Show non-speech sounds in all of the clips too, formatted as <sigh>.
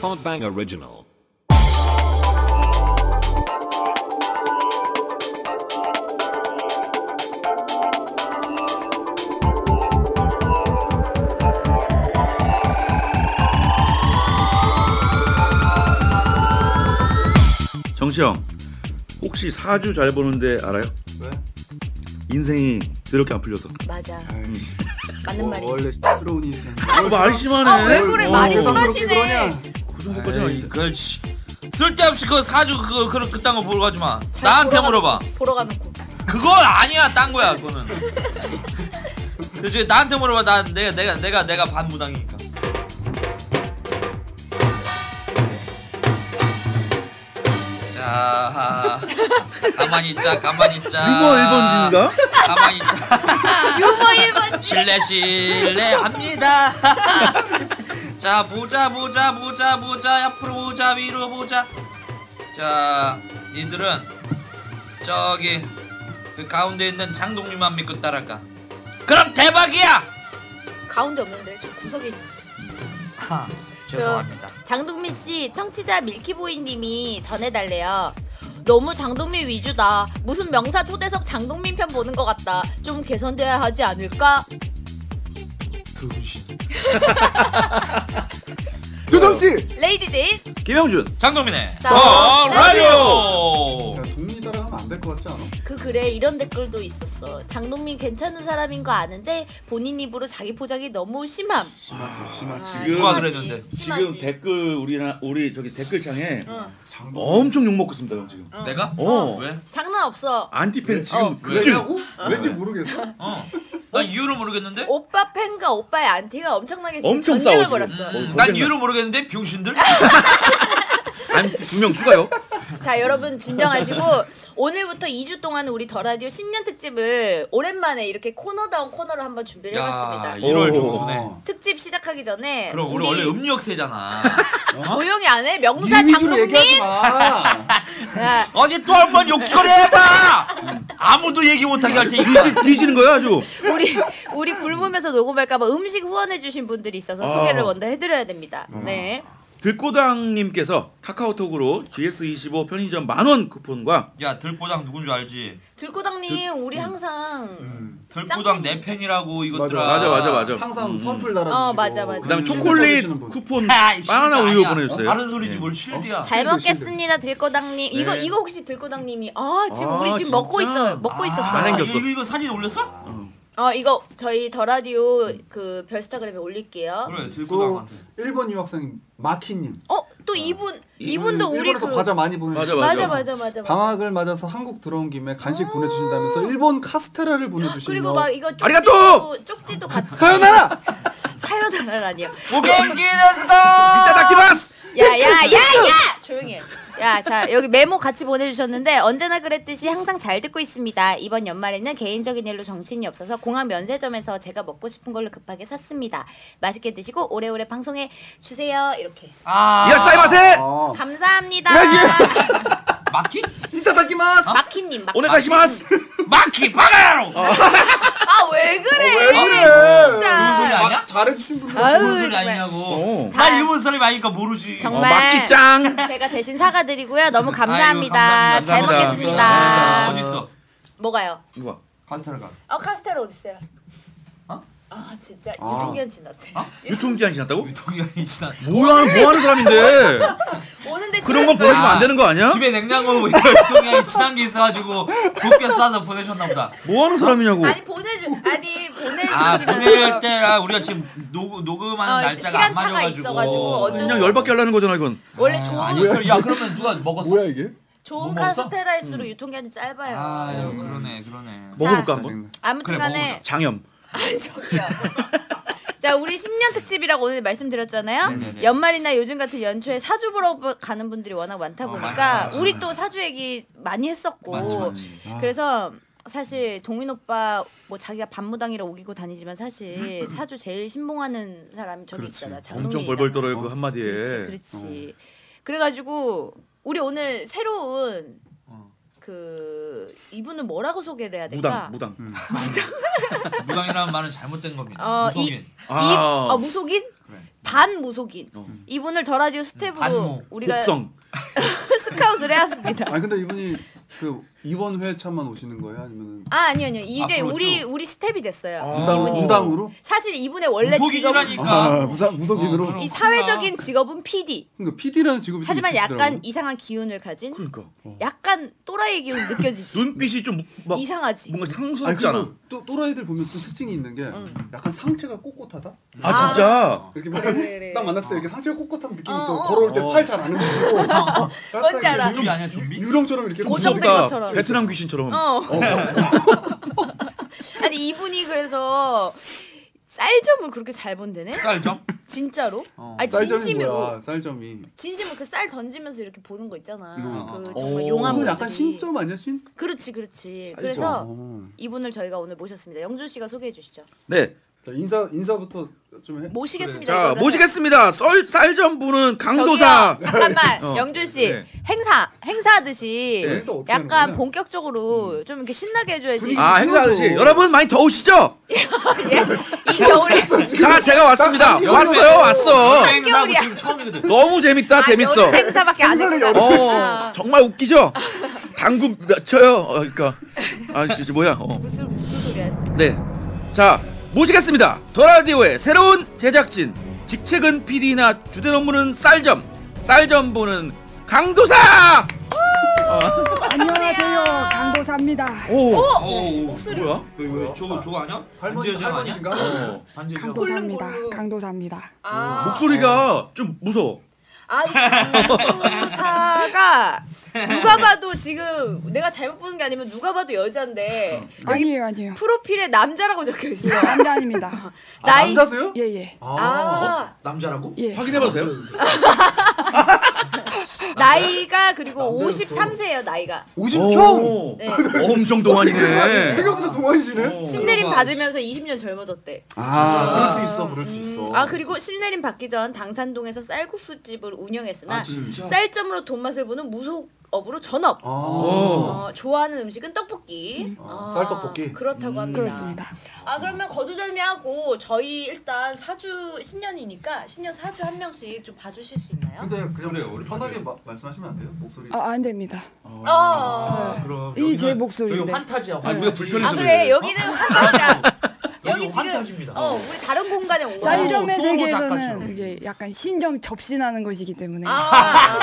Podbang Original. 정시영 혹시 사주 잘 보는데 알아요? 왜? 인생이 더럽게 안 풀려서 맞아. 아이, 맞는 뭐, 말이지. 원래 시끄러운 인생. 아, 말이 심하네 아, 왜 그래? 말이 어, 심하시- 그렇게 심하시네. 그러냐? 그 정도까지 아닌데 그 씨, 쓸데없이 그 사주 그거 그런 그딴 거 보러 가지 마. 나한테 보러 가- 물어봐. 보러 가놓고. 그건 아니야, 딴 <laughs> 거야, 그거는. 그지 나한테 물어봐. 난 내가 내가 내가 내가 반무당이니까. 자, 가만히 있자, 가만히 있자. 유머 1번지인가? 가만히 있자. 요거 <laughs> 1번. 실례 실례 합니다. <laughs> 자 보자 보자 보자 보자 앞으로 보자 위로 보자. 자 니들은 저기 그 가운데 있는 장동님만 믿고 따라가. 그럼 대박이야. <laughs> 가운데 없는데 저 구석에. 있는. 아, 죄송합니다. 장동민 씨 청취자 밀키보이님이 전해달래요. 너무 장동민 위주다. 무슨 명사 초대석 장동민 편 보는 것 같다. 좀 개선돼야 하지 않을까? 두신. 조정 씨. 레이디 제인. 김영준 장동민의 자, 어 야, 라디오. 동민 따라 하면 안 될 것 같지 않아? 그 글에 이런 댓글도 있었어. 장동민 괜찮은 사람인 거 아는데 본인 입으로 자기 포장이 너무 심함. 심하지, 심하지. 아, 누가 심하지, 그랬는데? 심하지. 지금 댓글 우리 우리 저기 댓글창에 응, 장동. 어. 엄청 욕먹고 있습니다 형 지금 응. 내가? 어. 아, 왜? 장난 없어. 안티팬 지금 어, 그 왜냐고? 왠지 모르겠어. 어. 난 이유를 어, 모르겠는데. 오빠 팬과 오빠의 안티가 엄청나게 지금 엄청 싸워, 전쟁을 지금. 벌였어. 어, 음, 성격나. 난 이유를 모르겠는데 네, 병신들. 안티 두명 추가요 자 여러분 진정하시고 오늘부터 2주 동안 우리 더 라디오 신년 특집을 오랜만에 이렇게 코너다운 코너를 한번 준비를 야 해봤습니다. 1월 오. 중순에. 어. 특집 시작하기 전에 그럼 우리 네. 원래 음력세잖아. 조용히 안 해? 이 명사 네 위주로 장동민. 얘기하지 마. 야, 어제 또 한 번 욕처리 해봐. 아무도 얘기 못하게 할 테니까. 뒤지는 거야 아주 우리 우리 굶으면서 녹음할까봐 음식 후원해주신 분들이 있어서 아. 소개를 먼저 해드려야 됩니다. 네. 들꼬당님께서 카카오톡으로 GS25 편의점 만원 쿠폰과 야 들꼬당 누군 줄 알지? 들고당님 우리 항상 음. 들꼬당 내 팬이라고 이것들아. 맞아 맞아 맞아 항상 음. 선풀 달아주시고. 어, 맞아, 맞아. 그다음에 음, 초콜릿 써주시는 분. 쿠폰 아, 이 바나나 실드 우유 아니야. 보내주세요 어, 다른 소리지 예. 뭘 실드야. 잘 힘들어, 힘들어. 먹겠습니다 들고당님. 이거 네. 이거 혹시 들고당님이 아 지금 아, 우리 지금 먹고 진짜? 있어요. 먹고 아, 있었어. 안 생겼어. 이거, 이거 사진 올렸어? 어 이거 저희 더 라디오 그 별스타그램에 올릴게요. 그래 어? 또 들꼬당한테. 일본 유학생 마키님. 어 또 이분 이분도 우리 일본에서 그 과자 많이 보내. 맞아, 맞아 맞아 맞아. 맞아. 방학을 맞아서 한국 들어온 김에 간식 보내주신다면서 일본 카스테라를 보내주시며 아. 그리고 막 이거 쪽지도 아리가또! 쪽지도 같이 <laughs> 사연하라 사연하라니요. 고갱기는다. 이따다키마스 야야야야 조용히 해. 야 자 여기 메모 같이 보내주셨는데 언제나 그랬듯이 항상 잘 듣고 있습니다. 이번 연말에는 개인적인 일로 정신이 없어서 공항 면세점에서 제가 먹고 싶은 걸로 급하게 샀습니다. 맛있게 드시고 오래오래 방송해 주세요. 이렇게 아. 이야 사이마세 아, 감사합니다. 마키? 이따다키마스 마키님 마 오늘 가시마스 마키 바가야로. 아, 아, 아왜 그래? 왜 그래 진짜. 좋은 소리 자- 아니야? 잘해주신 분이 아유, 뭔 소리 정말. 아니냐고. 어. 나 일본 사람이 아니니까 모르지. 아, 정말. 어, 막기짱 제가 대신 사과드리고요. 너무 감사합니다. 아이고, 잘 감사합니다. 먹겠습니다. 아, 어딨어? 뭐가요? 이거 봐 카스테라가 어 카스테라 어디 있어요? 어? 아 진짜 아. 유통기한 지났대. 아? 유통기한 지났다고? 유통기한이 지나. 뭐야 뭐 하는 사람인데 오는데 그런 건 시간이 걸려. 보내주면 안 되는 거 아니야? 집에 냉장고 뭐 유통기한이 지난 게 있어가지고 곱게 싸서 보내셨나 보다. 뭐 하는 사람이냐고 아니 보내주 아니 아 보내주시면서 보낼 때라 우리가 지금 녹, 녹음하는 어, 시- 날짜가 안 시간차가 맞아가지고 있어가지고 어쩔 수 그냥 열받게 하려는 거잖아 이건 원래 좋은 아니 그- 야 그러면 누가 먹었어? 뭐야 이게 좋은 못 먹었어? 카스테라일수록 유통기한이 짧아요. 아 아, 여러분. 그러네 그러네 먹어볼까 한번? 짜증나. 그래, 아무튼간에 먹어보자. 장염 아니 <laughs> 저기요. 자 우리 10년 특집이라고 오늘 말씀드렸잖아요. 네네네. 연말이나 요즘 같은 연초에 사주 보러 보- 가는 분들이 워낙 많다 어, 보니까 많죠, 많죠. 우리 또 사주 얘기 많이 했었고 맞지 맞지 그래서 사실 동인 오빠 뭐 자기가 반무당이라 우기고 다니지만 사실 사주 제일 신봉하는 사람이 저기 그렇지. 있잖아. 장동민이잖아. 엄청 벌벌 떨어요 그 그렇지, 한마디에 그렇지. 그래가지고 우리 오늘 새로운 어. 그 이분은 뭐라고 소개를 해야 될까? 무당 무당 음. 무당이라는 말은 잘못된 겁니다 어, 무속인 이, 아 어, 무속인? 그래. 반무속인 어. 이분을 더 라디오 스텝으로 반모. 우리가 곡성 <laughs> 스카웃을 해왔습니다. <laughs> 아니 근데 이분이 그 이원 회차만 오시는 거예요? 아니면은 아. 아 아니요 아니요 이제 앞으로 우리 쭉. 우리 스텝이 됐어요. 무당, 이분이 무당으로? 아, 사실 이분의 원래 직업 아. 아, 무속인이라니까. 무사, 무속인으로. 어, 그럼. 이 사회적인 직업은 PD. 그러니까 PD라는 직업이 또 하지만 있으시더라고요. 약간 이상한 기운을 가진 그러니까 약간 또라이 기운 <laughs> 느껴지지. 눈빛이 좀 막 이상하지. 뭔가 아니 상스럽잖아. 그리고 또 또라이들 보면 또 특징이 있는 게 약간 상체가 꼿꼿하다. 아 진짜 이렇게 막 그래, 그래. 딱 만났을 때 이렇게 상체가 꼿꼿한 느낌이 네, 어, 있어. 어. 걸어올 때 어. 팔 잘안 움직이고. 약간 뭔지 이렇게 알아. 좀비 아니야 좀비? 유령처럼 이렇게 고정된 움직이고. 것처럼. 베트남 귀신처럼 어. 아니 이분이 그래서 쌀점을 그렇게 잘 본대네? 쌀점? 진짜로? 어. 아니 쌀점이 진심이고 뭐야? 쌀점이. 진심으로 그 쌀 던지면서 이렇게 보는 거 있잖아. 음. 그 어. 정말 이건 용암. 약간 신점 아니야 신? 그렇지 그렇지. 쌀점. 그래서 어. 이분을 저희가 오늘 모셨습니다. 영준 씨가 소개해 주시죠. 네 자 인사 인사부터 좀 해. 뭐, 모시겠습니다. 자, 이거를. 모시겠습니다. 썰, 쌀점 부는 강도사. 저기요, <laughs> 잠깐만 어. 영준 씨 네. 행사 행사하듯이 네. 음. 행사 어떻게 하는 약간 거냐? 본격적으로 좀 이렇게 신나게 해줘야지. 아, 행사하듯이. 그거죠. 여러분 많이 더우시죠? 예? 이 겨울에 <laughs> 자, 제가 왔습니다. 딱 왔어요, 왔어. 여행 나고 겨울이야. 지금 처음이거든. 너무 재밌다, 아, 재밌어. 여름 행사밖에 안 행사를 했구나. 어, 아. 정말 웃기죠? 당구 몇 쳐요? 어, 그러니까. 아, 진짜 뭐야? 어. 무슨 무슨 소리야? 지금. 네. 자, 모시겠습니다. 더 라디오의 새로운 제작진. 직책은 PD나 주된 업무는 쌀점. 쌀점 보는 강도사! 안녕하세요 강도사입니다 오, 어, 어, 오, 목소리. 뭐야? 이거 그, 저거 저거 아니야? 할머니 반지의장 아니야? 할머니신가? 어. 반지의장. 강도사입니다 골룸, 골룸. 강도사입니다 아, 목소리가 좀 무서워. 아, 강도사가 누가 봐도 지금 내가 잘못 보는 게 아니면 누가 봐도 어. 여자인데 여기 아니에요 아니에요 프로필에 남자라고 적혀 있어요. 아, 남자 아닙니다 아, 나이 남자세요? 예예 어. 아 남자라고? 예, 확인해봐도 돼요? 나이가 그리고 남자였어. 53세예요 나이가. 50평. 오. 네. 엄청 동안이네. 생각보다 동안이시네. 어. 신내림 받으면서 20년 젊어졌대. 아 그럴 수 있어 그럴 수 있어. 아 그리고 신내림 받기 전 당산동에서 쌀국수 집을 운영했으나 음. 아 진짜? 쌀점으로 돈 맛을 보는 무속업으로 전업. 아. 어. 어, 좋아하는 음식은 떡볶이. 어, 아, 쌀떡볶이? 그렇다고 합니다. 그렇습니다 아 그러면 거두절미하고 저희 일단 사주 신년이니까 신년 사주 한 명씩 좀 봐주실 수 있나요? 근데 그냥 그래요, 우리 편하게 편하게. 마, 말씀하시면 안 돼요? 목소리. 아 안됩니다 어. 아, 그럼 이제 여기는- 목소리인데. 여기 환타지야. 아니, 우리가 불편해서 아 그래 여기는 환상이야. 여기 지금 환타지입니다. 어 우리 다른 공간에 온 거야. 쌀점. 쌀점의 소모 작가처럼. 세계에서는 이게 약간 신점 접신하는 것이기 때문에 아,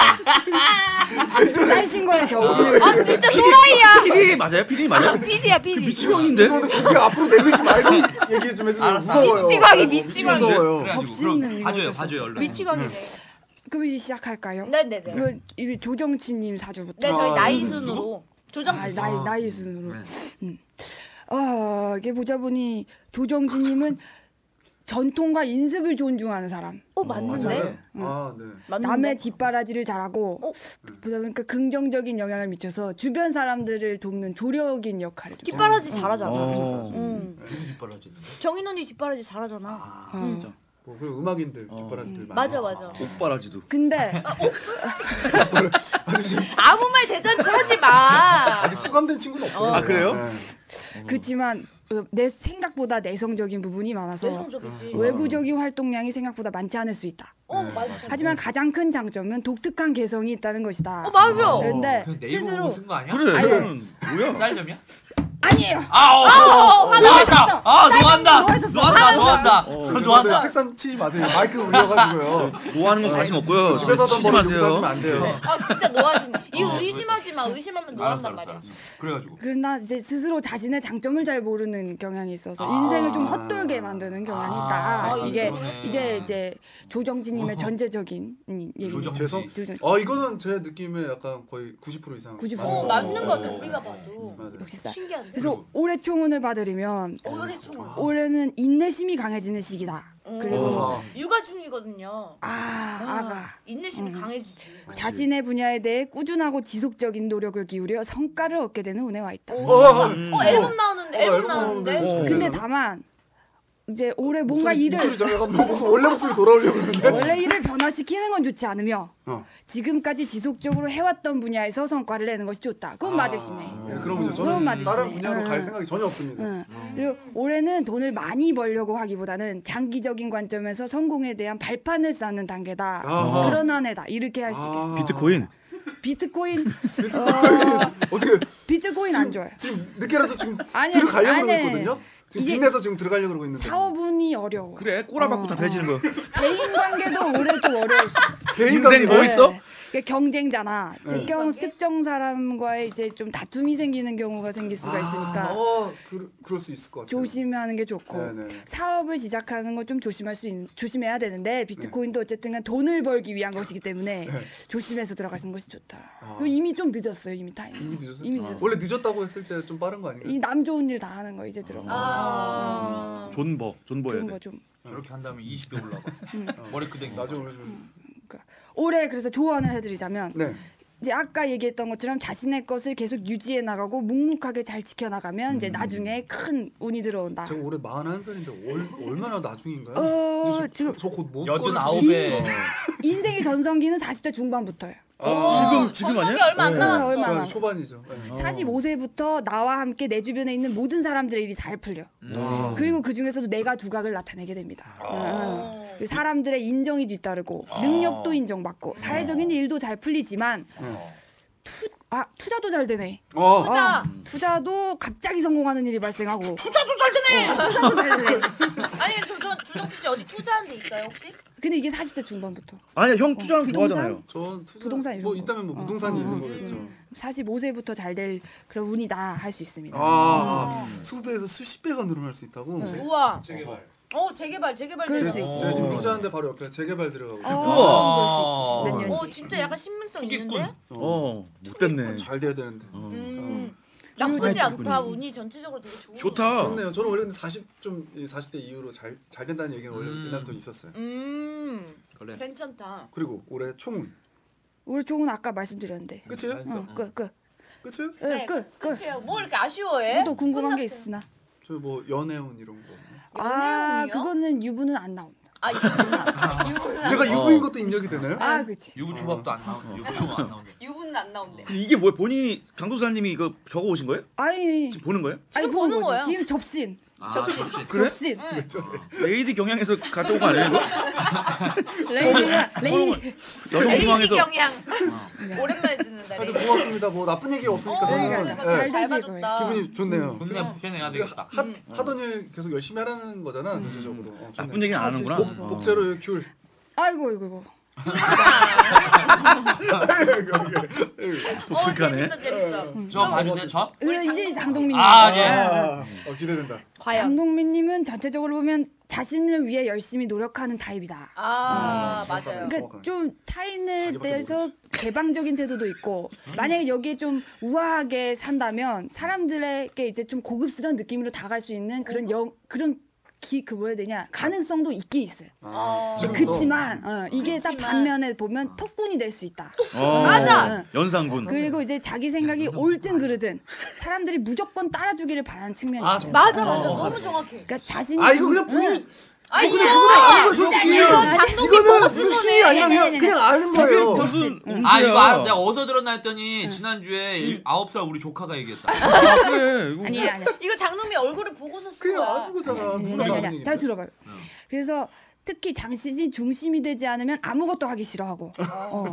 쌀신과의 접신을 아 진짜 또라이야. PD 맞아요? PD 맞아요? 피디야 피디. 그 미치광인데? 근데 고개 앞으로 내밀지 말고 얘기 좀 해주세요. 알았어. 무서워요. 미치광이, 미치광이. 무서워요. 그래가지고 접시는 그럼 이거 봐줘요, 어쩔 봐줘요 얼른. 미치광이네. 그럼 이제 시작할까요? 네네네. 네 이거 이 조정치님 사주부터 저희 아, 나이 이거 순으로 아, 조정치 씨. 나이, 나이 순으로 음. 아 이게 보자 보니 조정치님은 전통과 인습을 존중하는 사람 어 맞아요. 맞는데? 아 네. 맞는데? 남의 뒷바라지를 잘하고 어? 보다 보니까 긍정적인 영향을 미쳐서 주변 사람들을 돕는 조력인 역할을 좀 뒷바라지 잘하잖아. 어. 응. 누구 뒷발라지는? 정인 언니 뒷바라지 잘하잖아. 아, 어. 음. 뭐 그리고 음악인들 어. 뒷바라지들 많이. 맞아 맞아. 옥바라지도. <laughs> 근데 어. 아무 말 대잔치 하지 마. 아직 수감된 친구는 없어요. 네. 어. 아, 그래요? 그렇지만 어, 내 생각보다 내성적인 부분이 많아서 외성적이지. 외부적인 활동량이 생각보다 많지 않을 수 있다. 어 맞아. 하지만 가장 큰 장점은 독특한 개성이 있다는 것이다. 어 맞아. 어. 그런데 그 네이버 스스로 쓴거 아니야? 그래, 아니. 이거는 뭐야? 쌀점이야? 아니에요. 아, 어, 어, 어, 어, 너 한다. 아, 너 한다. 쌀점이 너 한다. 너 한다. 어. 저너 한다. 책상 치지 마세요. 마이크 울려가지고요. 뭐 하는 건 관심 없고요. 집에서 하던 치지 버릇 마세요. 네. 용서하시면 안 돼요. 아 진짜 노하신. 이거 어, 의심하지 마. 의심하면 알았어, 노한단 알았어, 말이야. 알았어. 그래가지고. 그러나 이제 스스로 자신의 장점을 잘 모르는 경향이 있어서 아. 인생을 좀 헛돌게 만드는 경향이 있다. 아, 이게 그러네. 이제 이제 조정진님의 어. 전제적인 전제적인 음, 얘기. 조정 죄송. 씨. 조정. 아 이거는 제 느낌에 약간 거의 90% 이상. 90%. 어 어, 맞는 거 같아. 어. 우리가 봐도. 네, 맞아요. 역시 쌀. 신기한데. 그래서 올해 총운을 받으려면 어. 오래 총. 올해는 인내심이 강해지는 시기다. 음. 그리고 아, 육아 중이거든요. 아 아가 인내심이 음. 강해지지. 자신의 분야에 대해 꾸준하고 지속적인 노력을 기울여 성과를 얻게 되는 운에 와 있다. 오. 어, 어 앨범 나오는데 어, 앨범 앨범 나오는데. 나오는데. 어. 근데 다만 이제 올해 뭔가 일을 목소리 전화가 뭐 원래 목소리 돌아오려고 <laughs> 그러는데. <laughs> 원래 일을 변화시키는 건 좋지 않으며 어. 지금까지 지속적으로 해왔던 분야에서 성과를 내는 것이 좋다. 그건 맞으시네. 네, 그럼요. 그건 저는 맞으시네. 아. 다른 분야로 갈 응. 생각이 전혀 없습니다. 응. 그리고 올해는 돈을 많이 벌려고 하기보다는 장기적인 관점에서 성공에 대한 발판을 쌓는 단계다. 아하. 아. 그런 한 해다. 이렇게 할 수 있겠어. 비트코인 비트코인 어, <laughs> 어떻게 비트코인 안 좋아요. 지금 늦게라도 지금 아니, 들어가려고 아니, 그러고 아니. 있거든요. 지금 이게 빚내서 지금 들어가려고 그러고 있는데. 사업운이 어려워. 그래 꼬라박고 아. 다 돼지는 거 개인 관계도 올해 좀 어려울 수 있어. 개인 인생 관계. 뭐 있어? 이게 경쟁자나 네. 특정 특정 사람과의 이제 좀 다툼이 생기는 경우가 생길 수가 있으니까 아, 어, 그, 그럴 수 있을 것 같아요. 조심하는 게 좋고 네, 네. 사업을 시작하는 건 좀 조심할 수 있, 조심해야 되는데 네. 비트코인도 어쨌든간 돈을 벌기 위한 <laughs> 것이기 때문에 조심해서 들어가시는 것이 좋다. 그리고 이미 좀 늦었어요 이미 타임. 아. 이미 늦었어요. 아. 이미 늦었어요. 원래 늦었다고 했을 때 좀 빠른 거 아닌가요? 이 남 좋은 일 다 하는 거 이제 들어가. 아. 존버 존버야 좋은 돼 거 좀. 저렇게 한 다음에 20배 올라가. 어. 머리 끄댕이. 나중에 우리 좀 그러니까 올해 그래서 조언을 해드리자면 네. 이제 아까 얘기했던 것처럼 자신의 것을 계속 유지해 나가고 묵묵하게 잘 지켜 나가면 음. 이제 나중에 큰 운이 들어온다. 제가 올해 41살인데 얼, 얼마나 나중인가요? 아. 어, 이제 저- 지금- 저- 저곧 못. 여든 걸을 수- 아홉 배. 인생의 전성기는 40대 중반부터예요. 어. 지금 지금 성이 아니야? 어. 아. 얼마 안 네. 남았어. 남았어. 얼마 안 저 남았어. 초반이죠. 네. 45세부터 나와 함께 내 주변에 있는 모든 사람들의 일이 잘 풀려. 아. 그리고 그 중에서도 내가 두각을 나타내게 됩니다. 응, 응. 사람들의 인정이 뒤따르고 능력도 인정받고 사회적인 일도 잘 풀리지만 투, 아 투자도 잘 되네. 어. 투자. 아, 투자도 갑자기 성공하는 일이 발생하고 <laughs> 투자도 잘 되네. 투자도 잘 되네. 아니 저저 조정치 씨 어디 투자한 데 있어요 혹시? 근데 이게 40대 중반부터 아니야 형 투자하는 거 부동산? 좋아하잖아요 전 투자 부동산 이런 뭐 거. 있다면 뭐 어. 부동산이 어, 있는 어. 거겠죠. 음. 45세부터 잘 될 그런 운이다 할 수 있습니다. 아, 수배에서 수십 배가 늘어날 수 네. 있다고. 제- 음. 우와. 재개발. 어 재개발 재개발 그럴 되죠. 수 있지. 제가 지금 투자하는데 바로 옆에 재개발 들어가고. 어, 있어요. 어 우와. 그럴 수 있지. 몇 년지. 진짜 약간 신빙성 투기꾼. 있는데? 어 못됐네 잘 돼야 되는데. 음. 나쁘지 않다. 운이 전체적으로 되게 좋은. 좋다 좋네요. 저는 원래 근데 40 좀 40대 이후로 잘 잘 된다는 얘기는 원래 음. 옛날부터 있었어요. 음. 그래. 괜찮다. 그리고 올해 총은 올 좋은 아까 말씀드렸는데. 끝이에요? 음. 어, 끝 끝. 끝이에요? 예, 끝 끝. 네, 끝이에요. 뭘 이렇게 아쉬워해? 또 궁금한 게 끝났어요. 있으나. 저 뭐 연애운 이런 거. 아, 연애운이요? 그거는 유부는 안 나옵니다. 아 유분. 유분은 제가 안- 어. 유부인 것도 입력이 되나요? 아, 그렇지. 유부초밥도 안 나오네. 유부초밥 안 나오네. 유분은 안 나온대. 이게 뭐야 본인이 강도사님이 이거 적어 오신 거예요? 아니. 지금 보는 거예요? 아니 지금 보는 보는 거죠. 거예요. 지금 접신. 아, 접시. 그래? 접신. 레이디 경향에서 가져온 거 아니에요 이거? 레이디가 레이. 여성 에이디 중앙에서 경향. 오랜만에 듣는다. 하여튼 레이디. 고맙습니다. 뭐 나쁜 얘기 없으니까 어, 저는 그러니까 예, 잘 잘 드실 봐줬다. 기분이 음. 좋네요. 존나 편해야 되겠다. 하, 하던 일 계속 열심히 하라는 거잖아 전체적으로. 어, 좋네요. 나쁜 얘기는 안 아, 하는구나 복- 어. 복제로 <laughs> 귤. 아이고 이거 뭐. 이거. 아, 어 독특하네. 재밌어 재밌어. 저 봐도 돼? 저? 이제 이제 장동민 님. 아, 예. 아, 어, 기대된다. 과연. 장동민 님은 전체적으로 보면 자신을 위해 열심히 노력하는 타입이다. 아 맞아요. 그러니까 정확하네. 좀 타인에 자기밖에 대해서 개방적인 태도도 있고 만약에 여기에 좀 우아하게 산다면 사람들에게 이제 좀 고급스러운 느낌으로 다가갈 수 있는 그런 영 그런 기 그 뭐야 되냐 가능성도 있긴 있어요. 아, 어. 지금부터. 그치만 어, 이게 딱 그치만. 반면에 보면 폭군이 될 수 있다. 어, 맞아! 연상군 그리고 이제 자기 생각이 네. 옳든 그르든 사람들이 무조건 따라주기를 바라는 측면이 아, 있어요. 맞아 맞아 너무 정확해. 그러니까 자신이 아 이거 그냥 본인 아 이거 그냥 이거 그냥 아는 거 진짜 솔직히. 이거 장동민 이거는 뽑은 무신이 거네. 아니라 그냥 그냥 아는 거예요. 저게 무슨 음. 문제야 아, 이거 아, 내가 어디서 들었나 했더니 지난주에 일- 아홉 살 우리 조카가 얘기했다. 아, 그래 이거 아니야 아니야. 이거 장동민 얼굴을 보고서 쓴 그냥 거야. 아는 거잖아. 누가 아니, 아니, 아는 아니, 잘 얘기인데. 들어봐요. 그래서 특히 장시진 중심이 되지 않으면 아무것도 하기 싫어하고. 어.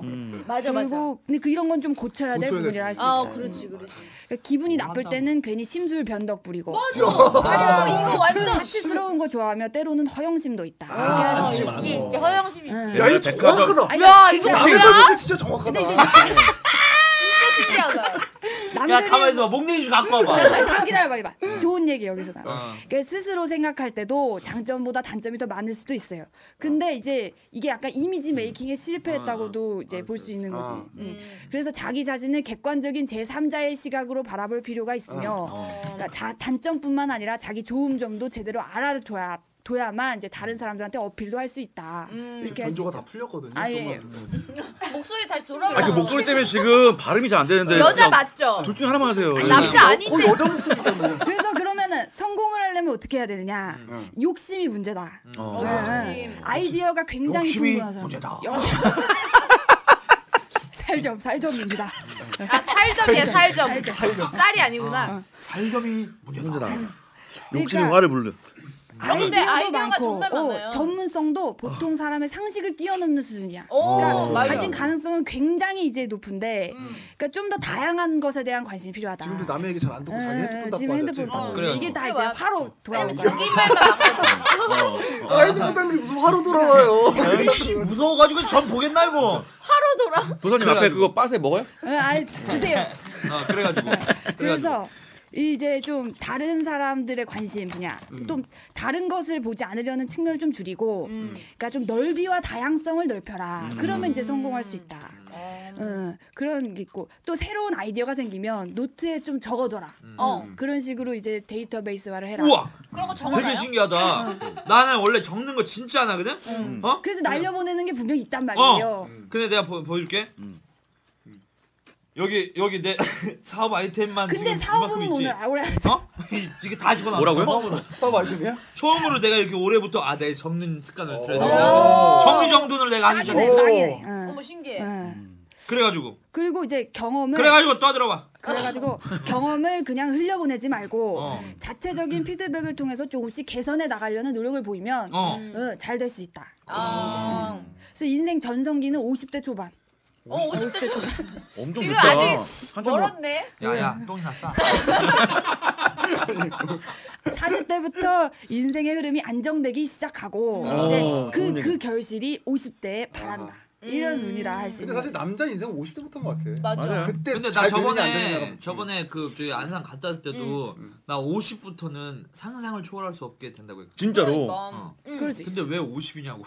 맞아 맞아. 그리고 근데 그 이런 건 좀 고쳐야 될 음. 고쳐야 부분이라 할 수 있어요. 아 그렇지 그렇지. 그러니까 음, 기분이 나쁠 때는 괜히 심술 변덕 부리고 맞아. 맞아 이거 완전 사치스러운 거 좋아하며 때로는 허영심도 있다. 아, 이게 이게 허영심이. 응. 야 이거 네, 백화점. 정확하다. 아니, 야 음. 이거 아, 뭐야? 이거 진짜 보니까 진짜 정확하다. 신기하다. 야, 남들이 가만히 있어. 목냉이 좀 갖고 <laughs> 와봐. 기다려봐, 기다려봐. 좋은 얘기 여기서 나와. 어. 그러니까 스스로 생각할 때도 장점보다 단점이 더 많을 수도 있어요. 근데 이제 이게 약간 이미지 메이킹에 어, 실패했다고도 이제 볼 수 있는 거지. 아. 음. 음. 그래서 자기 자신을 객관적인 제3자의 시각으로 바라볼 필요가 있으며 어. 그러니까 자, 단점뿐만 아니라 자기 좋은 점도 제대로 알아둬야 둬야만 이제 음. 다른 사람들한테 어필도 할 수 있다. 음. 이렇게 할수 변조가 있죠. 다 풀렸거든요. 아, 정말. 예, 목소리 아, 다시 그 돌아오려고. 목소리 때문에 지금 발음이 잘 안 되는데 여자 그냥 맞죠? 둘 중에 하나만 하세요 남자 아닌데. 거의 여자 목소리 때문에. 그래서 그러면은 저는 성공을 하려면 어떻게 해야 되느냐? 음. 욕심이 문제다. 어. 네. 아이디어가 굉장히 욕심이 풍부한 사람. 문제다. <laughs> 살점 살점입니다. 아 살점이야 살점. 쌀이 아니구나. 살점이 문제다. 아, 욕심이 그러니까- 화를 불러. 근데 아이디어가 정말 어, 많아요. 전문성도 어. 보통 사람의 상식을 뛰어넘는 수준이야. 오 그러니까 맞아. 가진 가능성은 굉장히 이제 높은데, 음. 그러니까 좀 더 다양한 것에 대한 관심이 필요하다. 지금도 남의 얘기 잘 안 듣고 자기 아, 예, 핸드폰 지금 답고 핸드폰 앉았지. 어, 그래요. 이게 다 이제 그게 와- 화로 돌아오는 왜냐면 거야. 자기 말만 나거든. 아, 핸드폰 때문에 무슨 화로 돌아와요. <laughs> 에이씨 무서워가지고 전 보겠나 이거. 하루 돌아. 도사님 앞에 그거 빠세 먹어요? 예, 아이 드세요. 아 그래가지고. 그래서 이제 좀 다른 사람들의 관심 분야, 음. 좀 다른 것을 보지 않으려는 측면을 좀 줄이고, 음. 그러니까 좀 넓이와 다양성을 넓혀라. 음. 그러면 이제 성공할 수 있다. 음. 어, 그런 게 있고 또 새로운 아이디어가 생기면 노트에 좀 적어둬라. 어, 그런 식으로 이제 데이터베이스화를 해라. 음. 우와 그런 거 되게 적어놔요. 신기하다. 나는 원래 적는 거 진짜 안 하거든. 어? 그래서 날려보내는 게 분명히 있단 말이에요. 근데 내가 보, 보여줄게. 여기 여기 내 <laughs> 사업 아이템만 근데 지금 이만큼 사업은 있지. 오늘 아우라 어? <laughs> 이- 이게 다 집어넣어. 뭐라고요? 처음으로. 사업 아이템이야? 처음으로 내가 이렇게 올해부터 아, 내 접는 습관을 들여야 오. 돼. 정리 정돈을 내가 하기 딱이네, 전에. 오. 딱이네. 응, 어머 예. 신기해. 응. 그래가지고. 그리고 이제 경험을 음. 그래가지고 떠들어봐. 그래가지고 경험을 그냥 흘려보내지 말고 어. 자체적인 피드백을 통해서 조금씩 개선해 나가려는 노력을 보이면 어. 잘 될 수 있다. 음. 아. 그래서 인생 전성기는 50대 초반. 어 50대 좀 엄청 지금 늦다. 아직 한참 멀- 멀었네. 야야 음. 똥이나 싸. 40대부터 인생의 흐름이 안정되기 시작하고 음. 이제 어, 그 그 좋은 얘기. 결실이 50대에 바란다. 이런 의미라 할 수 근데 있는. 사실 남자 인생은 50대부터인 것 같아. 맞아. 그러니까. 맞아요. 그때 근데 나 잘 되느냐 안 저번에 되느냐가 저번에 그 저기 안산 갔다 왔을 때도 나 50부터는 상상을 초월할 수 없게 된다고 했거든. 진짜로. 그러니까. 음. 그럴 수 있어. 근데 왜 50이냐고.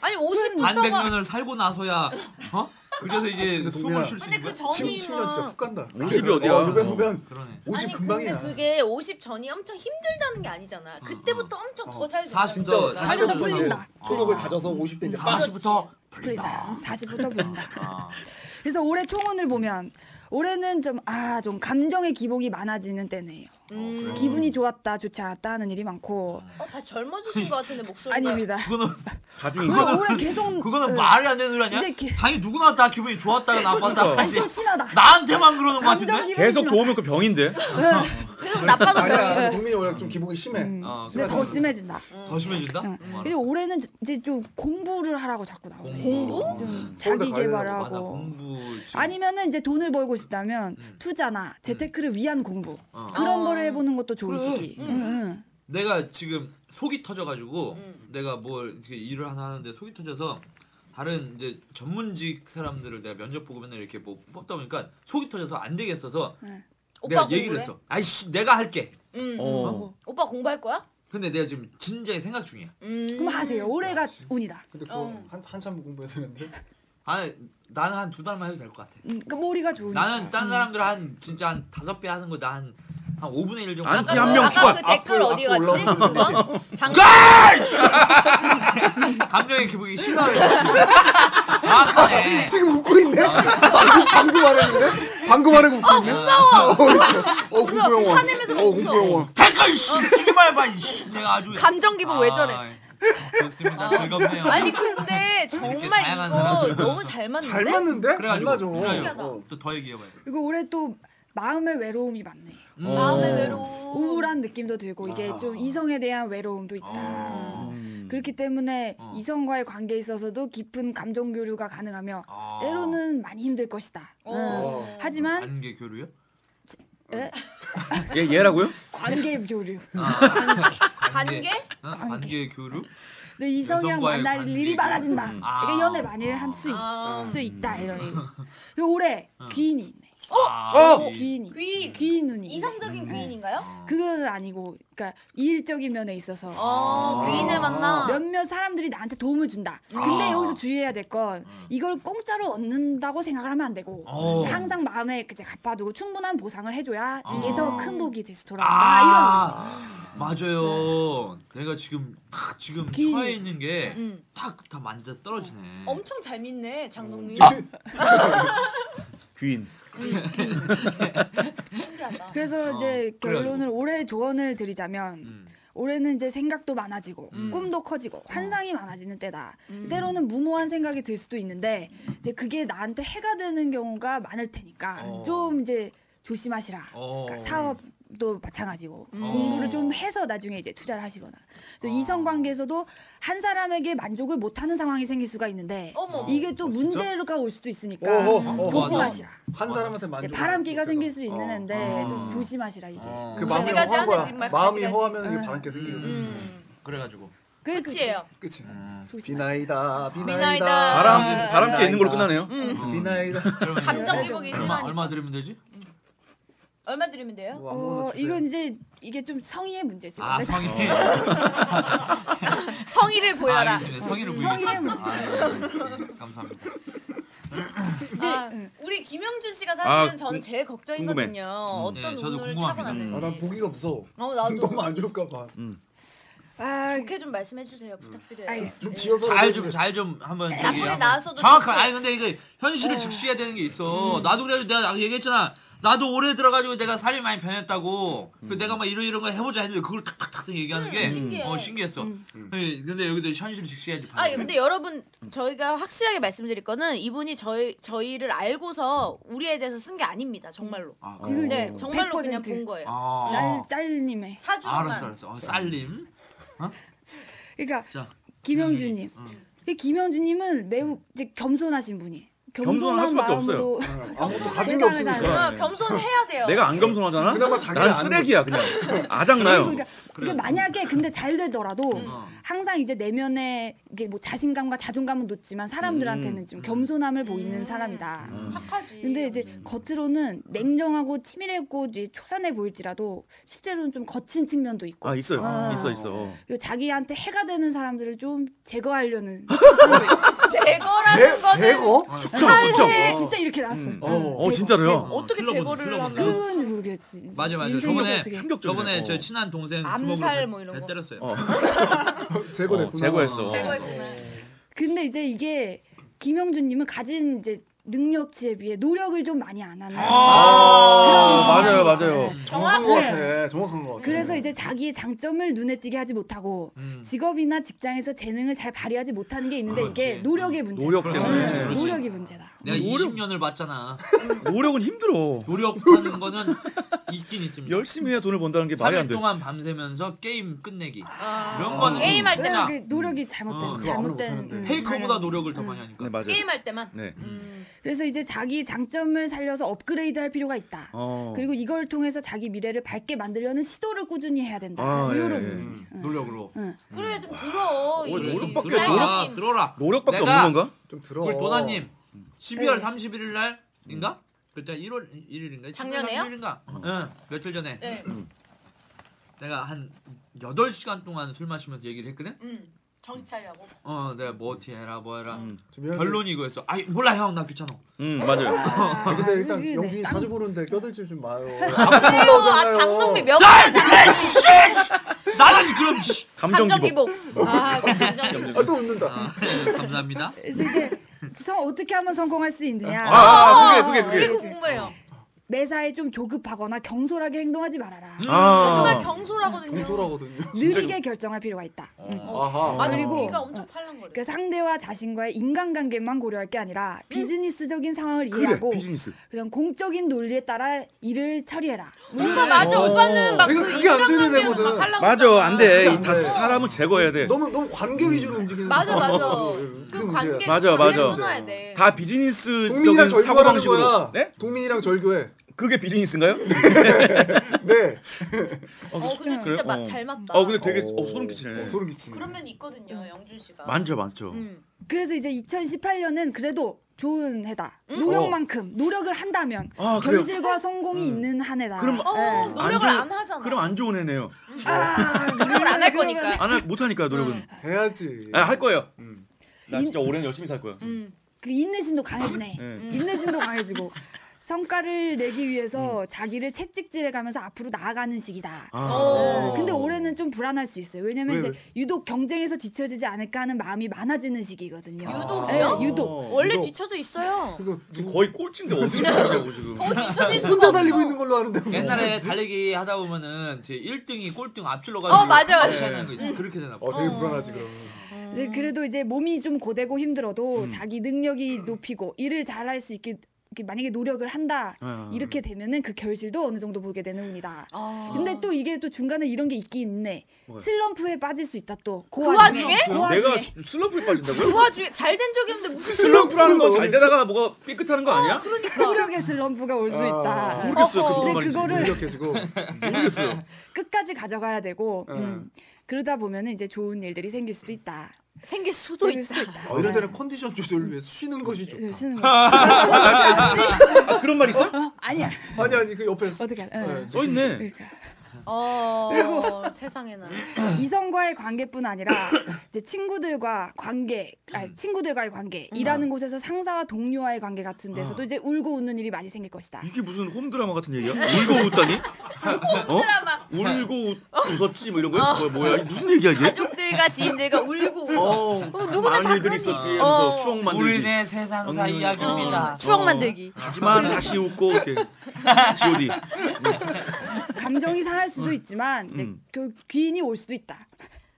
아니 반 50부터가 100년을 살고 나서야 어? 그래서 이제 근데 숨을 동민아, 쉴 수 근데 있는 그 거야? 지금 7년 진짜 전이면 훅 간다. 50이 어디야? 어, 어. 보면 보면 그러네. 50 아니 금방이야. 근데 그게 50 전이 엄청 힘들다는 게 아니잖아. 그때부터 엄청 더 잘. 40부터 된다는 거잖아. 사실은 40부터 풀린다. 소속을 가져서 50대 이제 빡 40부터 그러니까. 풀린다. 40부터 풀린다. 아. 그래서 올해 총운을 보면 올해는 좀 아, 좀 감정의 기복이 많아지는 때네요. 음. 기분이 좋았다, 좋지 않았다 하는 일이 많고 어 다시 젊어지신 것 같은데 목소리가. 아닙니다. 그거는 가중이 왜 올해 <laughs> 계속 아, 그거는 어, 말이 안 되는 소리 아니야? 근데 개- 당연히 누구나 다 기분이 좋았다가 나빴다 아니, 하지. 좀 심하다. 나한테만 그러는 것 감정 같은데? 기분이 계속 심하다. 좋으면 그 병인데. 계속 나빠도 별로. 아니야. 동민이 원래 좀 기복이 심해. 어, 음. 근데 더 심해진다. 더 심해진다? 어, 근데 올해는 이제 좀 공부를 하라고 자꾸 나오네. 공부? 좀 자기 맞아 음. 개발하고. 공부 지금. 아니면은 이제 돈을 벌고 싶다면 투자나 재테크를 위한 공부 어. 그런 어. 거를 해보는 것도 좋은 그래. 시기. 응, 내가 지금 속이 터져가지고 내가 뭘 이렇게 일을 하나 하는데 속이 터져서 다른 이제 전문직 사람들을 내가 면접 보고 맨날 이렇게 뭐 뽑다 보니까 속이 터져서 안 되겠어서 오빠 내가 공부해? 얘기를 했어. 아이씨 내가 할게. 음. 어. 오빠 공부할 거야? 근데 내가 지금 진지하게 생각 중이야. 음. 그럼 하세요. 올해가 운이다. 근데 그거 어. 한, 한참 공부해야 되는데. 아 나는 한 두 달만 해도 될 것 같아. 음, 그러니까 머리가 좋으니까. 나는 딴 사람들 한 진짜 한 다섯 배 하는 거다 한한 5분의 1 정도. 안 아까 한 그- 명 추가. 아까 그 댓글 앞으로- 어디 앞으로 갔지? 올라오는 그거? <laughs> 장 감정의 기복이 어. 심하게. 정확하네. 지금 웃고 있네. 방금 방금 말했는데. 방금 말하고 웃고 있네. 무서워. 어 공부 영화. 화내면서 어 공부 웃어. 영화. 댓글 씨 지금 봐 이씨 내가 아주. 감정 기복 왜 저래? 아, 좋습니다. 즐겁네요. 아니 근데 정말 다양한 이거 너무 잘 맞는데? 잘 맞는데? 잘 맞아. 그래가지고 신기하다. 어. 또 더 얘기해봐요. 그리고 올해 또 마음의 외로움이 많네. 마음의 어. 외로움. 우울한 느낌도 들고 이게 아. 좀 이성에 대한 외로움도 있다. 어. 음. 그렇기 때문에 어. 이성과의 관계에 있어서도 깊은 감정 교류가 가능하며 아. 때로는 많이 힘들 것이다. 어. 음. 하지만 관계 교류요? 어? 예? 얘 얘라고요? 관계 교류. 아. 관계? 어? 관계 교류? 근데 이성이랑 여성과의 만날 관계 일이 교류. 많아진다. 음. 아. 음. 그러니까 연애 많이 할수 아. 수 있다 <laughs> 이런 얘기. 그리고 올해 어. 귀인이 있네. 아, 어, 이- 귀인이. 귀 귀인 눈이. 이성적인 귀인인가요? 그거는 아니고, 그러니까 이일적인 면에 있어서 어 귀인을 만나. 몇몇 사람들이 나한테 도움을 준다. 근데 아. 여기서 주의해야 될 건 이걸 공짜로 얻는다고 생각을 하면 안 되고 어. 항상 마음에 이제 갚아두고 충분한 보상을 해줘야 이게 아. 더 큰 복이 돼서 돌아온다. 이런. 아, 맞아요. 내가 지금 딱 지금 귀인이 처해 있어. 있는 게 음. 딱 다 만져 떨어지네. 엄청 잘 믿네 장동민. 귀인. 신기하다. 그래서 어, 이제 결론을 올해 조언을 드리자면 음. 올해는 이제 생각도 많아지고 음. 꿈도 커지고 환상이 많아지는 때다. 때로는 무모한 생각이 들 수도 있는데 이제 그게 나한테 해가 되는 경우가 많을 테니까 어. 좀 이제 조심하시라. 어. 그러니까 사업도 마찬가지고 음. 공부를 좀 어. 해서 나중에 이제 투자를 하시거나 그래서 아. 이성 관계에서도 한 사람에게 만족을 못하는 상황이 생길 수가 있는데 어머. 이게 또 어, 진짜? 문제가 올 수도 있으니까 어허, 음, 어허. 조심하시라. 한 사람한테 만족. 이제 바람기가 생길 수 있는 어. 데 어. 좀 조심하시라 이게. 어. 그 마음이 가지가지 허한 거야. 하네, 정말 마음이 가지가지. 허하면 이게 바람기 생기거든. 음. 그래가지고 그게 끝이에요. 그치. 조심하시라. 비나이다, 비나이다. 비나이다. 아, 바람 바람기 비나이다. 있는 걸로 끝나네요. 음. 어. 비나이다. 그러면 감정 이제 기복이 얼마 심하니까. 얼마 드리면 되지? 얼마 드리면 돼요? 뭐 아무거나 어, 주세요. 이건 이제 이게 좀 성의의 문제지. 아 성인 성의를 보여라. 아, 알겠습니다. 성의를 음, 보이겠습니다. 성의를 보여라. 아, 네. 감사합니다. 아, 응. 우리 김영준 씨가 사실은 아, 저는 궁- 제일 걱정이거든요. 네, 어떤 저도 운을 타고 궁금합니다. 났는지. 아, 난 보기가 무서워. 어, 나도 <laughs> 너무 안 좋을까 봐. 아, 좋게 좀 말씀해 주세요. 부탁드려요. 알겠습니다. 좀 네. 지어서 잘 좀 잘 좀 한번 나쁘게 얘기해. 나왔어도 네. 음. 정확한 좋고. 아니 근데 이거 현실을 직시해야 되는 게 있어. 나도 그래 내가 얘기했잖아. 나도 올해 들어가지고 내가 살이 많이 변했다고. 그 내가 막 이런 이런 거 해보자 했는데 그걸 탁탁탁 얘기하는 음, 게 신기해. 음. 어, 신기했어. 예, 근데 여기도 현실을 직시해야지. 아, 예, 근데 여러분 저희가 확실하게 말씀드릴 거는 이분이 저희 저희를 알고서 우리에 대해서 쓴 게 아닙니다. 정말로. 아, 이거 그래요? 네, 정말로 그냥 100%. 본 거예요. 어. 아, 쌀 쌀님의 사주만. 알았어 알았어. 어, 쌀님. 그러니까 자, 김영준님. 어. 음. 이 김영준님은 매우 이제 겸손하신 분이. 겸손할 겸손한 수밖에 마음으로 <laughs> 아무것도 가진 게 없으니까. 네. 어, 겸손해야 돼요. 내가 안 겸손하잖아. 그나마 자기가 난 아는 쓰레기야 그냥. 아장 그리고 나요. 그러니까, 그러니까 만약에 근데 잘 되더라도 어. 항상 이제 내면에 이게 뭐 자신감과 자존감은 높지만 사람들한테는 음. 좀 겸손함을 보이는 음. 사람이다. 착하지. 근데 이제 겉으로는 냉정하고 치밀했고 이제 초연해 보일지라도 실제로는 좀 거친 측면도 있고 아 있어요. 아. 있어 있어. 그리고 자기한테 해가 되는 사람들을 좀 <laughs> 제거하려는 <laughs> 제거라는 거는 대거? 숙청 숙청. 살해 진짜 이렇게 나왔어. 음. 어, 어, 어 진짜로요. 어떻게 흘러보- 제거를 흘러보- 하면- 그건 모르겠지. 맞아, 맞아. 인생이 저번에 어떻게- 충격적이네. 저번에 어. 저 친한 동생 암살 주먹으로 뭐 이런 배 거. 때렸어요. 어. 제거됐구나. 어, 제거했어. 제거했구나. 근데 이제 이게 김영준님은 가진 이제 능력치에 비해 노력을 좀 많이 안 하는. 아, 맞아요, 그런 맞아요. 경향이 있어요. 정확한 것 같아. 정확한 것 같아. 그래서 이제 자기의 장점을 눈에 띄게 하지 못하고 음. 직업이나 직장에서 재능을 잘 발휘하지 못하는 게 있는데 이게 그렇지. 노력의 문제. 노력 그렇지, 때문에 그렇지. 네. 노력이 문제다. 내가 노력. 20년을 봤잖아. 노력은 힘들어. 노력하는 거는 있긴 있습니다. 열심히 해야 돈을 번다는 게 말이 안 3일 돼. 동안 밤새면서 게임 끝내기. 아. 이런 거는 게임할 좀- 때만. 그러니까 그 노력이 잘못된 어, 그거 아무나 잘못된. 못하는데. 음, 페이커보다 방향. 노력을 더 많이 하니까. 네 맞아요. 게임할 때만. 네. 음. 그래서 이제 자기 장점을 살려서 업그레이드할 필요가 있다. 어. 그리고 이걸 통해서 자기 미래를 밝게 만들려는 시도를 꾸준히 해야 된다. 아, 이런 예, 예. 의미. 음, 노력으로. 그래 좀 들어. 이- 네. 노력밖에 이 네. 들어라. 사장님. 들어라. 노력밖에 내가 없는 건가? 좀 들어. 우리 도나님 12월 네. 31일 날인가? 그때 1월 1일인가? 작년에요? 1일인가? 어. 응. 며칠 전에 네. 내가 한 8시간 동안 술 마시면서 얘기를 했거든. 음. 정신 차리라고. 어, 내가 뭐 어떻게 해라, 뭐 해라. 좀 미안한데- 결론이 이거였어. 아이 몰라 형, 나 귀찮아. 음 맞아요. 아, 아, 근데 일단 그게 네, 영준이 땅- 자주 보는데 껴들지 좀 마요. 그래요. 아 장동민 명. 나는 그럼 씨. 감정 기복. 아 감정 기복. 아, 또 웃는다. 아, 예, 감사합니다. 그래서 이제 성 어떻게 하면 성공할 수 있느냐. 아, 아, 그게 그게 그게 그게. 궁금해요. 매사에 좀 조급하거나 경솔하게 행동하지 음, 말아라. 정말 아. 경솔하거든요. 동소라거든요. 느리게 결정할 필요가 있다. 아하. 아 그리고 그리고- 귀가 엄청 팔랑거려. 그러니까 상대와 자신과의 인간관계만 고려할 게 아니라 비즈니스적인 상황을 그래 이해하고 비즈니스. 그런 공적인 논리에 따라 일을 처리해라. 오빠 맞아 어. 오빠는 막그 내가 그게 안 되는 인상하면 애거든. 막 팔랑거려. 맞아 안 돼. 그게 안 이 다- 돼. 사람은 제거해야 돼. 너무 너무 관계 위주로 움직이는. 맞아 사람. 맞아. 어, 예, 그게 그 문제야. 관계 맞아, 맞아. 끊어야 돼. 다 동민이랑 비즈니스적인 사고 절교하는 거야. 음. 방식으로. 네? 동민이랑 절교해. 그게 비즈니스인가요? 네. 어 근데 진짜 그래요? 막 어. 잘 맞다. 어 근데 되게 어, 소름 끼치네. 어, 소름 끼치네. 그런 면이 있거든요 영준 씨가. 많죠 많죠. 음. 그래서 이제 2018년은 그래도 좋은 해다. 음? 노력만큼 노력을 한다면 아, 그래요? 음. 결실과 성공이 있는 한 해다. 그럼- 어 예. 노력을 안 좋은- 안 하잖아. 그럼 안 좋은 애네요. 아, 노력을 어. 안 할 그러면- 거니까. 안못 하니까 노력은. 해야지. 아, 할 거예요. 음. 나 진짜 올해는 열심히 살 거야. 음. 그 인내심도 강해지네. 네. <laughs> 인내심도 강해지고 성과를 내기 위해서 자기를 채찍질해 가면서 앞으로 나아가는 시기다. 어. 네, 근데 올해는 좀 불안할 수 있어요. 왜냐면 왜, 이제 왜? 유독 경쟁에서 뒤처지지 않을까 하는 마음이 많아지는 시기거든요. 유독이요? 어, 네, 어. 유독. 원래 이거- 뒤쳐져 있어요. 그거 지금 거의 꼴찌인데 어떻게 하려고 <laughs> 지금. 뒤쳐져 있어. 혼자 달리고 있는 걸로 아는데 뭐. 옛날에 달리기 하다 보면은 뒤에 1등이 꼴등 앞질러 가지고 네. 어, 맞아, 맞아. 하는 거 있잖아. 그렇게 되나 봐. 어 되게 불안하지 그럼. 음. 네, 그래도 이제 몸이 좀 고되고 힘들어도 자기 능력이 높이고 일을 잘할 수 있게 이렇게 만약에 노력을 한다 아. 이렇게 되면은 그 결실도 어느 정도 보게 되는구니다. 아. 근데 또 이게 또 중간에 이런 게 있긴 있네. 슬럼프에 빠질 수 있다 또. 그 와중에? 그 어, 내가 와중에. 슬럼프에 빠진다고요? 그 와중에 잘 된 적이 없는데 무슨 <laughs> 슬럼프라는 건 잘 되다가 뭐가 삐끗하는 거 아니야? 노력의 슬럼프가 올 수 아, 있다. 모르겠어요. 어허. 그 무슨 근데 말인지. 그거를 무력해지고 모르겠어요. 끝까지 가져가야 되고 네. 음. 그러다 보면은 이제 좋은 일들이 생길 수도 있다. 생길 수도 생길 있다. 수도 있다. 어, 이럴 때는 컨디션 조절 위해 쉬는 것이 네, 좋다. 쉬는 거. 아, 그런 말 있어? 어? 아니야. 아니 아니 그 옆에 어떻게? 알- 응. 네. 써 있네. 그러니까. 어, 그리고- 세상에나. 이성과의 관계뿐 아니라 이제 친구들과 관계, 아니, 친구들과의 관계, 일하는 곳에서 상사와 동료와의 관계 같은 데서도 이제 울고 웃는 일이 많이 생길 것이다. 이게 무슨 홈 드라마 같은 얘기야? 울고 웃다니? 어? 드라마 울고 웃, 웃었지 뭐 이런 거야? 뭐야, 뭐야? 이게 무슨 얘기야 이게? 가족들과 지인들과 울고 웃어. 어, 누구나 다 많은 일들이 그러니. 있었지 하면서 어. 추억 만들기. 우리네 세상사 음. 이야기입니다. 어, 추억 만들기. 하지만 다시 웃고 이렇게 G.O.D. 감정이 상할 수도 있지만 이제 음. 그 귀인이 올 수도 있다.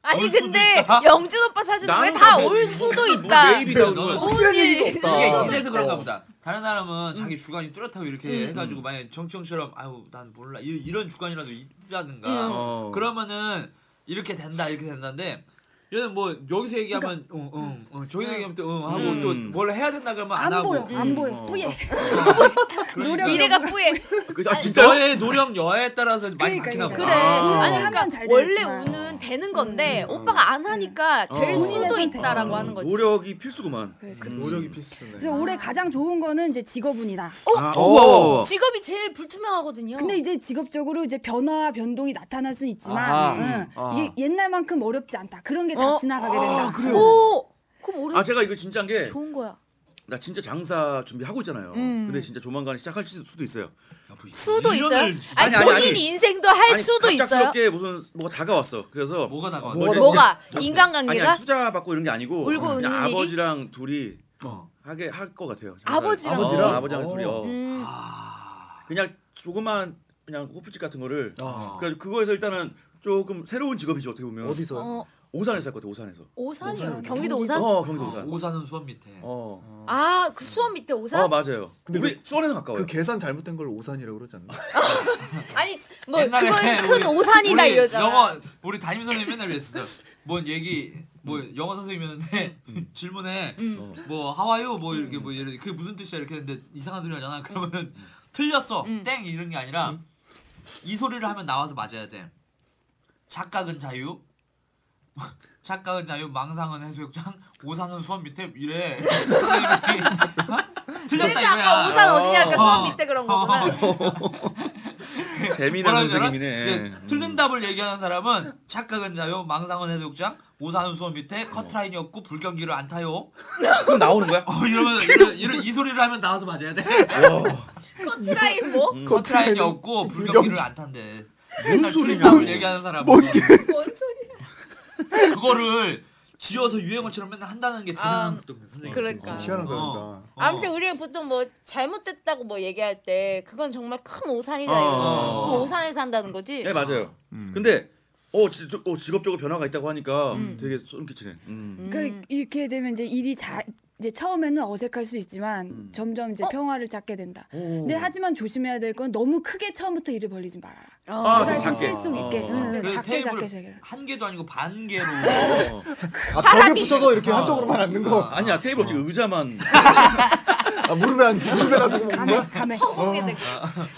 아니 올 수도 근데 있다. 영준 오빠 사진 왜 다 어. 올뭐 수도 있다. 메일이다 그러니까 너는 너. 좋은 일. 이게 이래서 그런가 보다. 네. 다른 음. 사람은 자기 주관이 뚜렷하고 이렇게 해가지고 만약 에 정청처럼 아유 난 몰라 이- 이런 주관이라도 있다든가 음. 어. 그러면은 이렇게 된다 이렇게 된다는데 얘는 뭐 여기서 얘기하면 그러니까 응응 음. 저기서 얘기하면 또 응 하고 음. 또 뭘 해야 된다 그러면 안, 안, 하고 보여, 안 음. 보여, 뿌예. <laughs> 노력 미래가 뿌예. 그래. 그- 아 진짜요? 너의 노력 여하에 따라서 많이 바뀌나 보다. 그래. 아. 아니 하면 그러니까 잘 음, 원래 되겠지만. 우는 되는 건데 오빠가 안 하니까 될 어. 수도 네. 본인의 있다라고 선택. 뭐 하는 거지. 노력이 필수구만. 그래서 음. 노력이 필수네. 그래서 올해 가장 좋은 거는 이제 직업운이다. 아, 우와, 우와, 우와. 어? 직업이 제일 불투명하거든요. 근데 이제 직업적으로 이제 변화와 변동이 나타날 수는 있지만 아하, 응, 음. 아. 이게 옛날만큼 어렵지 않다. 그런 게 다 어? 지나가게 된다. 오, 그럼 올해 아 제가 이거 진짜인 게 나 좋은 거야. 진짜 장사 준비하고 있잖아요. 음. 근데 진짜 조만간 시작할 수도 있어요. 수도 있어요. 일년을- 아니, 아니, 아니, 본인 아니. 인생도 할 아니, 수도 있어요. 갑작스럽게 무슨 뭐가 다가왔어. 그래서 뭐가 나가? 뭐가 뭐- 뭐가 아니, 인간관계가 아니 투자 받고 이런 게 아니고 울고 그냥 웃는 일이? 아버지랑 둘이 어. 하게 할 것 같아요. 장사를. 아버지랑 아버지랑 둘이? 아버지랑 어. 둘이 요 음, 그냥 조그만 그냥 호프집 같은 거를 어. 그러니까 그거에서 일단은 조금 새로운 직업이지 어떻게 보면 어디서? 어, 오산에서 할 것 같아 오산에서 오산이요. 오산. 경기도 오산? 어 경기도 어, 오산 오산은 수원 밑에. 어, 아, 그 수원 밑에 오산? 어 맞아요 근데 우리 수원에서 가까워요 그 계산 잘못된 걸 오산이라고 그러지 않나? 아니, 뭐 옛날에 그건 <laughs> 우리- 큰 오산이다 우리 이러잖아. 영어 우리 담임 선생님 맨날 그랬었어. 뭔 얘기 뭐 영어 선생님이었는데 <laughs> 질문에 음. 뭐 하와요 뭐 이렇게 뭐 예를 들어 그게 무슨 뜻이야 이렇게 했는데 이상한 소리 하잖아. 그러면은 틀렸어 음. 땡 이런 게 아니라 이 소리를 하면 나와서 맞아야 돼. 착각은 자유. <laughs> 착각은 자유, 망상은 해수욕장, 오산은 수원 밑에 이래. <laughs> 선생님이, 어? 그래서 틀렸다 아까 이거야. 오산 어디냐 니까 어. 수원 밑에 그런 거구나. 재미난 뭐라 그러나? 선생님이네 음. 틀린 답을 얘기하는 사람은 착각은 자요, 망상은 해독장, 오산 수원 밑에 커트라인이 없고 불경기를 안 타요. <laughs> 그럼 나오는 거야? 어, 이러면 이런, 이런 이 소리를 하면 나와서 맞아야 돼. 커트라인 뭐? 음. 커트라인이 없고 불경기를 안 탄대. 맨날 틀린 소리냐? 답을 얘기하는 사람은 뭔 소리야? 그거를 지어서 유행어처럼 맨날 한다는 게 대단한 아, 또 선생님. 그러니까. 희한한 거야. 어. 그러니까. 어. 아무튼 우리는 보통 뭐 잘못됐다고 뭐 얘기할 때 그건 정말 큰 오산이다 어. 이러고 그 오산에 산다는 거지. 네 맞아요 근데 어, 지, 어 직업적으로 변화가 있다고 하니까 음. 되게 소름 끼치네 음. 음. 그 이렇게 되면 이제 일이 잘 이제 처음에는 어색할 수 있지만 음. 점점 이제 어? 평화를 찾게 된다. 오. 네, 근데 하지만 조심해야 될 건 너무 크게 처음부터 일을 벌리지 말아라. 어. 아, 그다지 작게. 실속 있게 어. 응, 응, 그래서 작게 작게 테이블을- 작게. 한 개도 아니고 반 개로. 어. 아, 벽에 붙여서 이렇게 한쪽으로만 앉는 거. 아니야 테이블 없지 이의자만 아, 무릎에 앉 무릎에 앉는 거. 뭐? 감해 감해. 성공이 되고.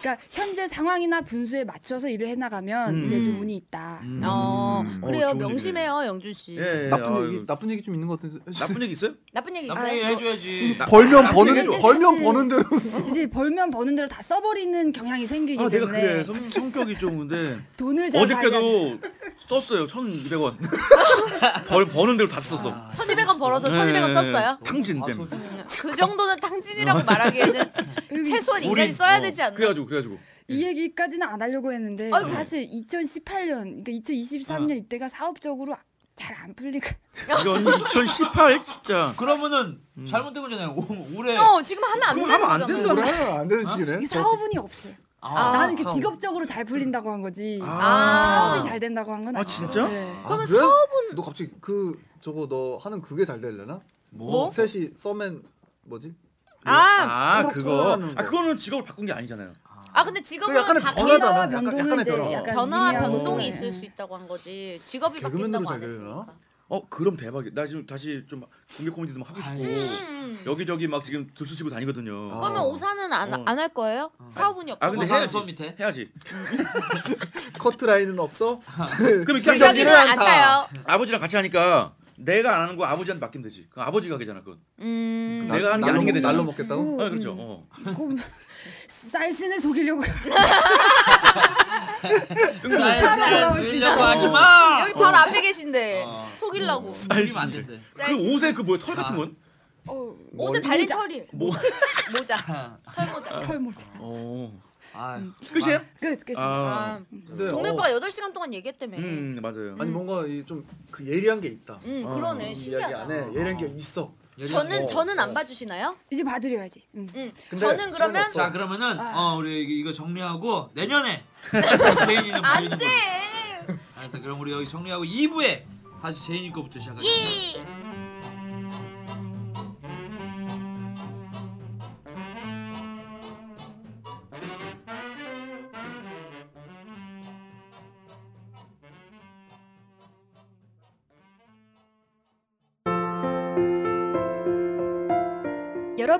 그러니까 현재 상황이나 분수에 맞춰서 일을 해나가면 음. 이제 좀 운이 있다. 음. 어, 어, 그래요. 좋은 명심해요, 영준 씨. 예, 예. 나쁜 아유, 얘기 나쁜 얘기 좀 있는 것 같은데. 나쁜 얘기 있어요? 나쁜 얘기 나쁜 얘기 있어요? 해줘야지. 나- <laughs> 벌면 나쁜 얘기 버는 해줘. 벌면 버는 대로. 이제 벌면 버는 대로 다 써버리는 경향이 생기기 아 내가 때문에 그래 성, 성격이 좀 근데 <laughs> 돈을 잘 관리하지 어저께도 썼어요 1200원 <laughs> 벌 버는 대로 다 썼어 1200원 벌어서 네. 아, 1200원 썼어요? 탕진 땜 그 정도는 탕진이 찐이라고 말하기에는 그리고 최소한 인간이 우린, 써야 어, 되지 않나? 그래가지고 그래가지고 예. 이 얘기까지는 안 하려고 했는데 아이고. 사실 2018년, 그러니까 아. 2023년 이때가 사업적으로 잘 안 풀리니까 네? 이건 2018 진짜. 그러면은 음. 잘못된 거잖아요. 오- 올해 어 지금 하면 안 그럼 되는 하면 안 거잖아. 된다고. 뭐라 하면 안 어? 되는 식이네. 이 사업운이 없어요. 아, 나는 그 참. 직업적으로 잘 풀린다고 한 거지. 아. 사업이 잘 된다고 한 건 아, 아니에요. 진짜? 네. 그러면 그래? 사업은- 너 갑자기 그 저거 너 하는 그게 잘 되려나? 어? 뭐? 셋이 써맨 뭐지? 아, 아 서로 그거. 토론하는 아 거. 그거는 직업을 바꾼 게 아니잖아요. 아 근데 직업은 그 약간의 바뀌- 변화잖아. 변화와 약간- 변동은 약간의 이제 변화. 어. 약간 뭐 네. 변화와 미묘한 변동이 거. 있을 수 있다고 한 거지. 직업이 개그맨으로 바뀐다고 잘안 되려나? 했으니까. 어 그럼 대박이야. 나 지금 다시 좀 공개 코미디도 막 하고 싶고 아이. 음. 여기저기 막 지금 들쑤시고 다니거든요. 아. 그러면 오사는 안 어. 안 할 거예요? 사업운이 없고. 아 근데 오사는 해야지. 수업 밑에? 해야지. 커트 라인은 없어? 아, 그럼 기억이 경기는 는안 따요. 아버지랑 같이 하니까 내가 안 하는 거 아버지한테 맡기면 되지. 그 아버지가 하잖아 그건. 음. 내가 하는 게 아닌 게 날로 먹- 되잖아. 날로 먹겠다고? 음. 아 그렇죠. 어. 그럼 쌀신을 속이려고 쌀 네. 돌아올 수 쓰려고 있어. 하지 마. 아, 여기 바로 앞에 계신데 어. 속이려고. 살리면 안 된대. 그 옷에 그 뭐야 털 같은 아. 건? 어, 옷에 달린 털이 뭐? 모자 털모자. 털모자. 그, 어. 아, 음. 끝이에요? 끝, 끝. 아. 아, 근데 어. 동네오빠가 8시간 동안 얘기했다며. 음, 음 맞아요. 아니 뭔가 이 좀 그 예리한 게 있다. 어, 그러네. 이 이야기 음. 신기하다. 안에 예리한 게 있어. 저는 어, 저는 안 어. 봐주시나요? 이제 받으려야지. 응. 음. 근데 저는 그러면 시간이 자 그러면은 아. 어 우리 이거- 이거 정리하고 <laughs> 내년에 제인이는 보여주는 안돼. 걸로. 알았어. 그럼 우리 여기 정리하고 2부에 다시 제인이 거부터 시작할게요. 이.